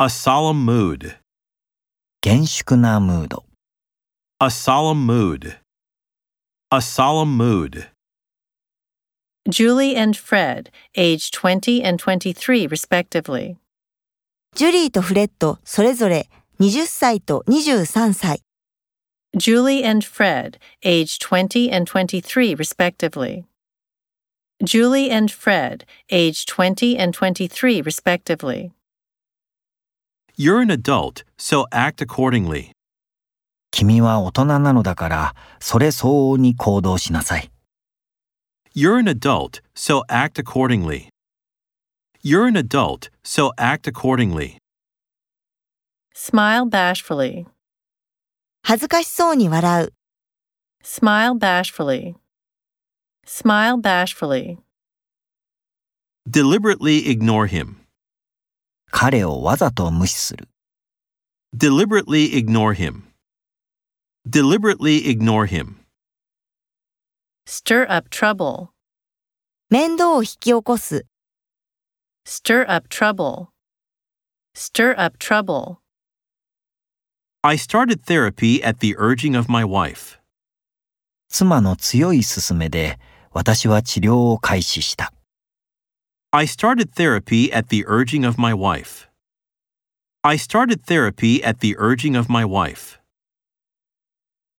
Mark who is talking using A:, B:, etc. A: A solemn mood.
B: 厳粛なムード
A: A solemn mood. A solemn mood.
C: Julie and Fred, age 20 and 23 respectively.
D: ジュリーとフレッドそれぞれ20歳と23歳。
C: Julie and Fred, age 20 and 23 respectively. Julie and Fred, age 20 and 23 respectively.
A: You're an adult, so act accordingly.
B: 君は大人なのだからそれ相応に行動しなさい
A: You're an adult, so act accordingly. You're an adult, so act accordingly.
C: Smile bashfully.
D: 恥ずかしそうに笑う。
C: Smile bashfully. Smile bashfully.
A: Deliberately ignore him.
B: 彼をわざと無視する
A: Deliberately ignore him. Deliberately ignore him.
C: Stir up trouble.
D: 面倒を引き起こす。
C: Stir up trouble. Stir up trouble.
A: I started therapy at the urging of my wife.
B: 妻の強い勧めで私は治療を開始した
A: I started therapy at the urging of my wife. I started therapy at the urging of my wife.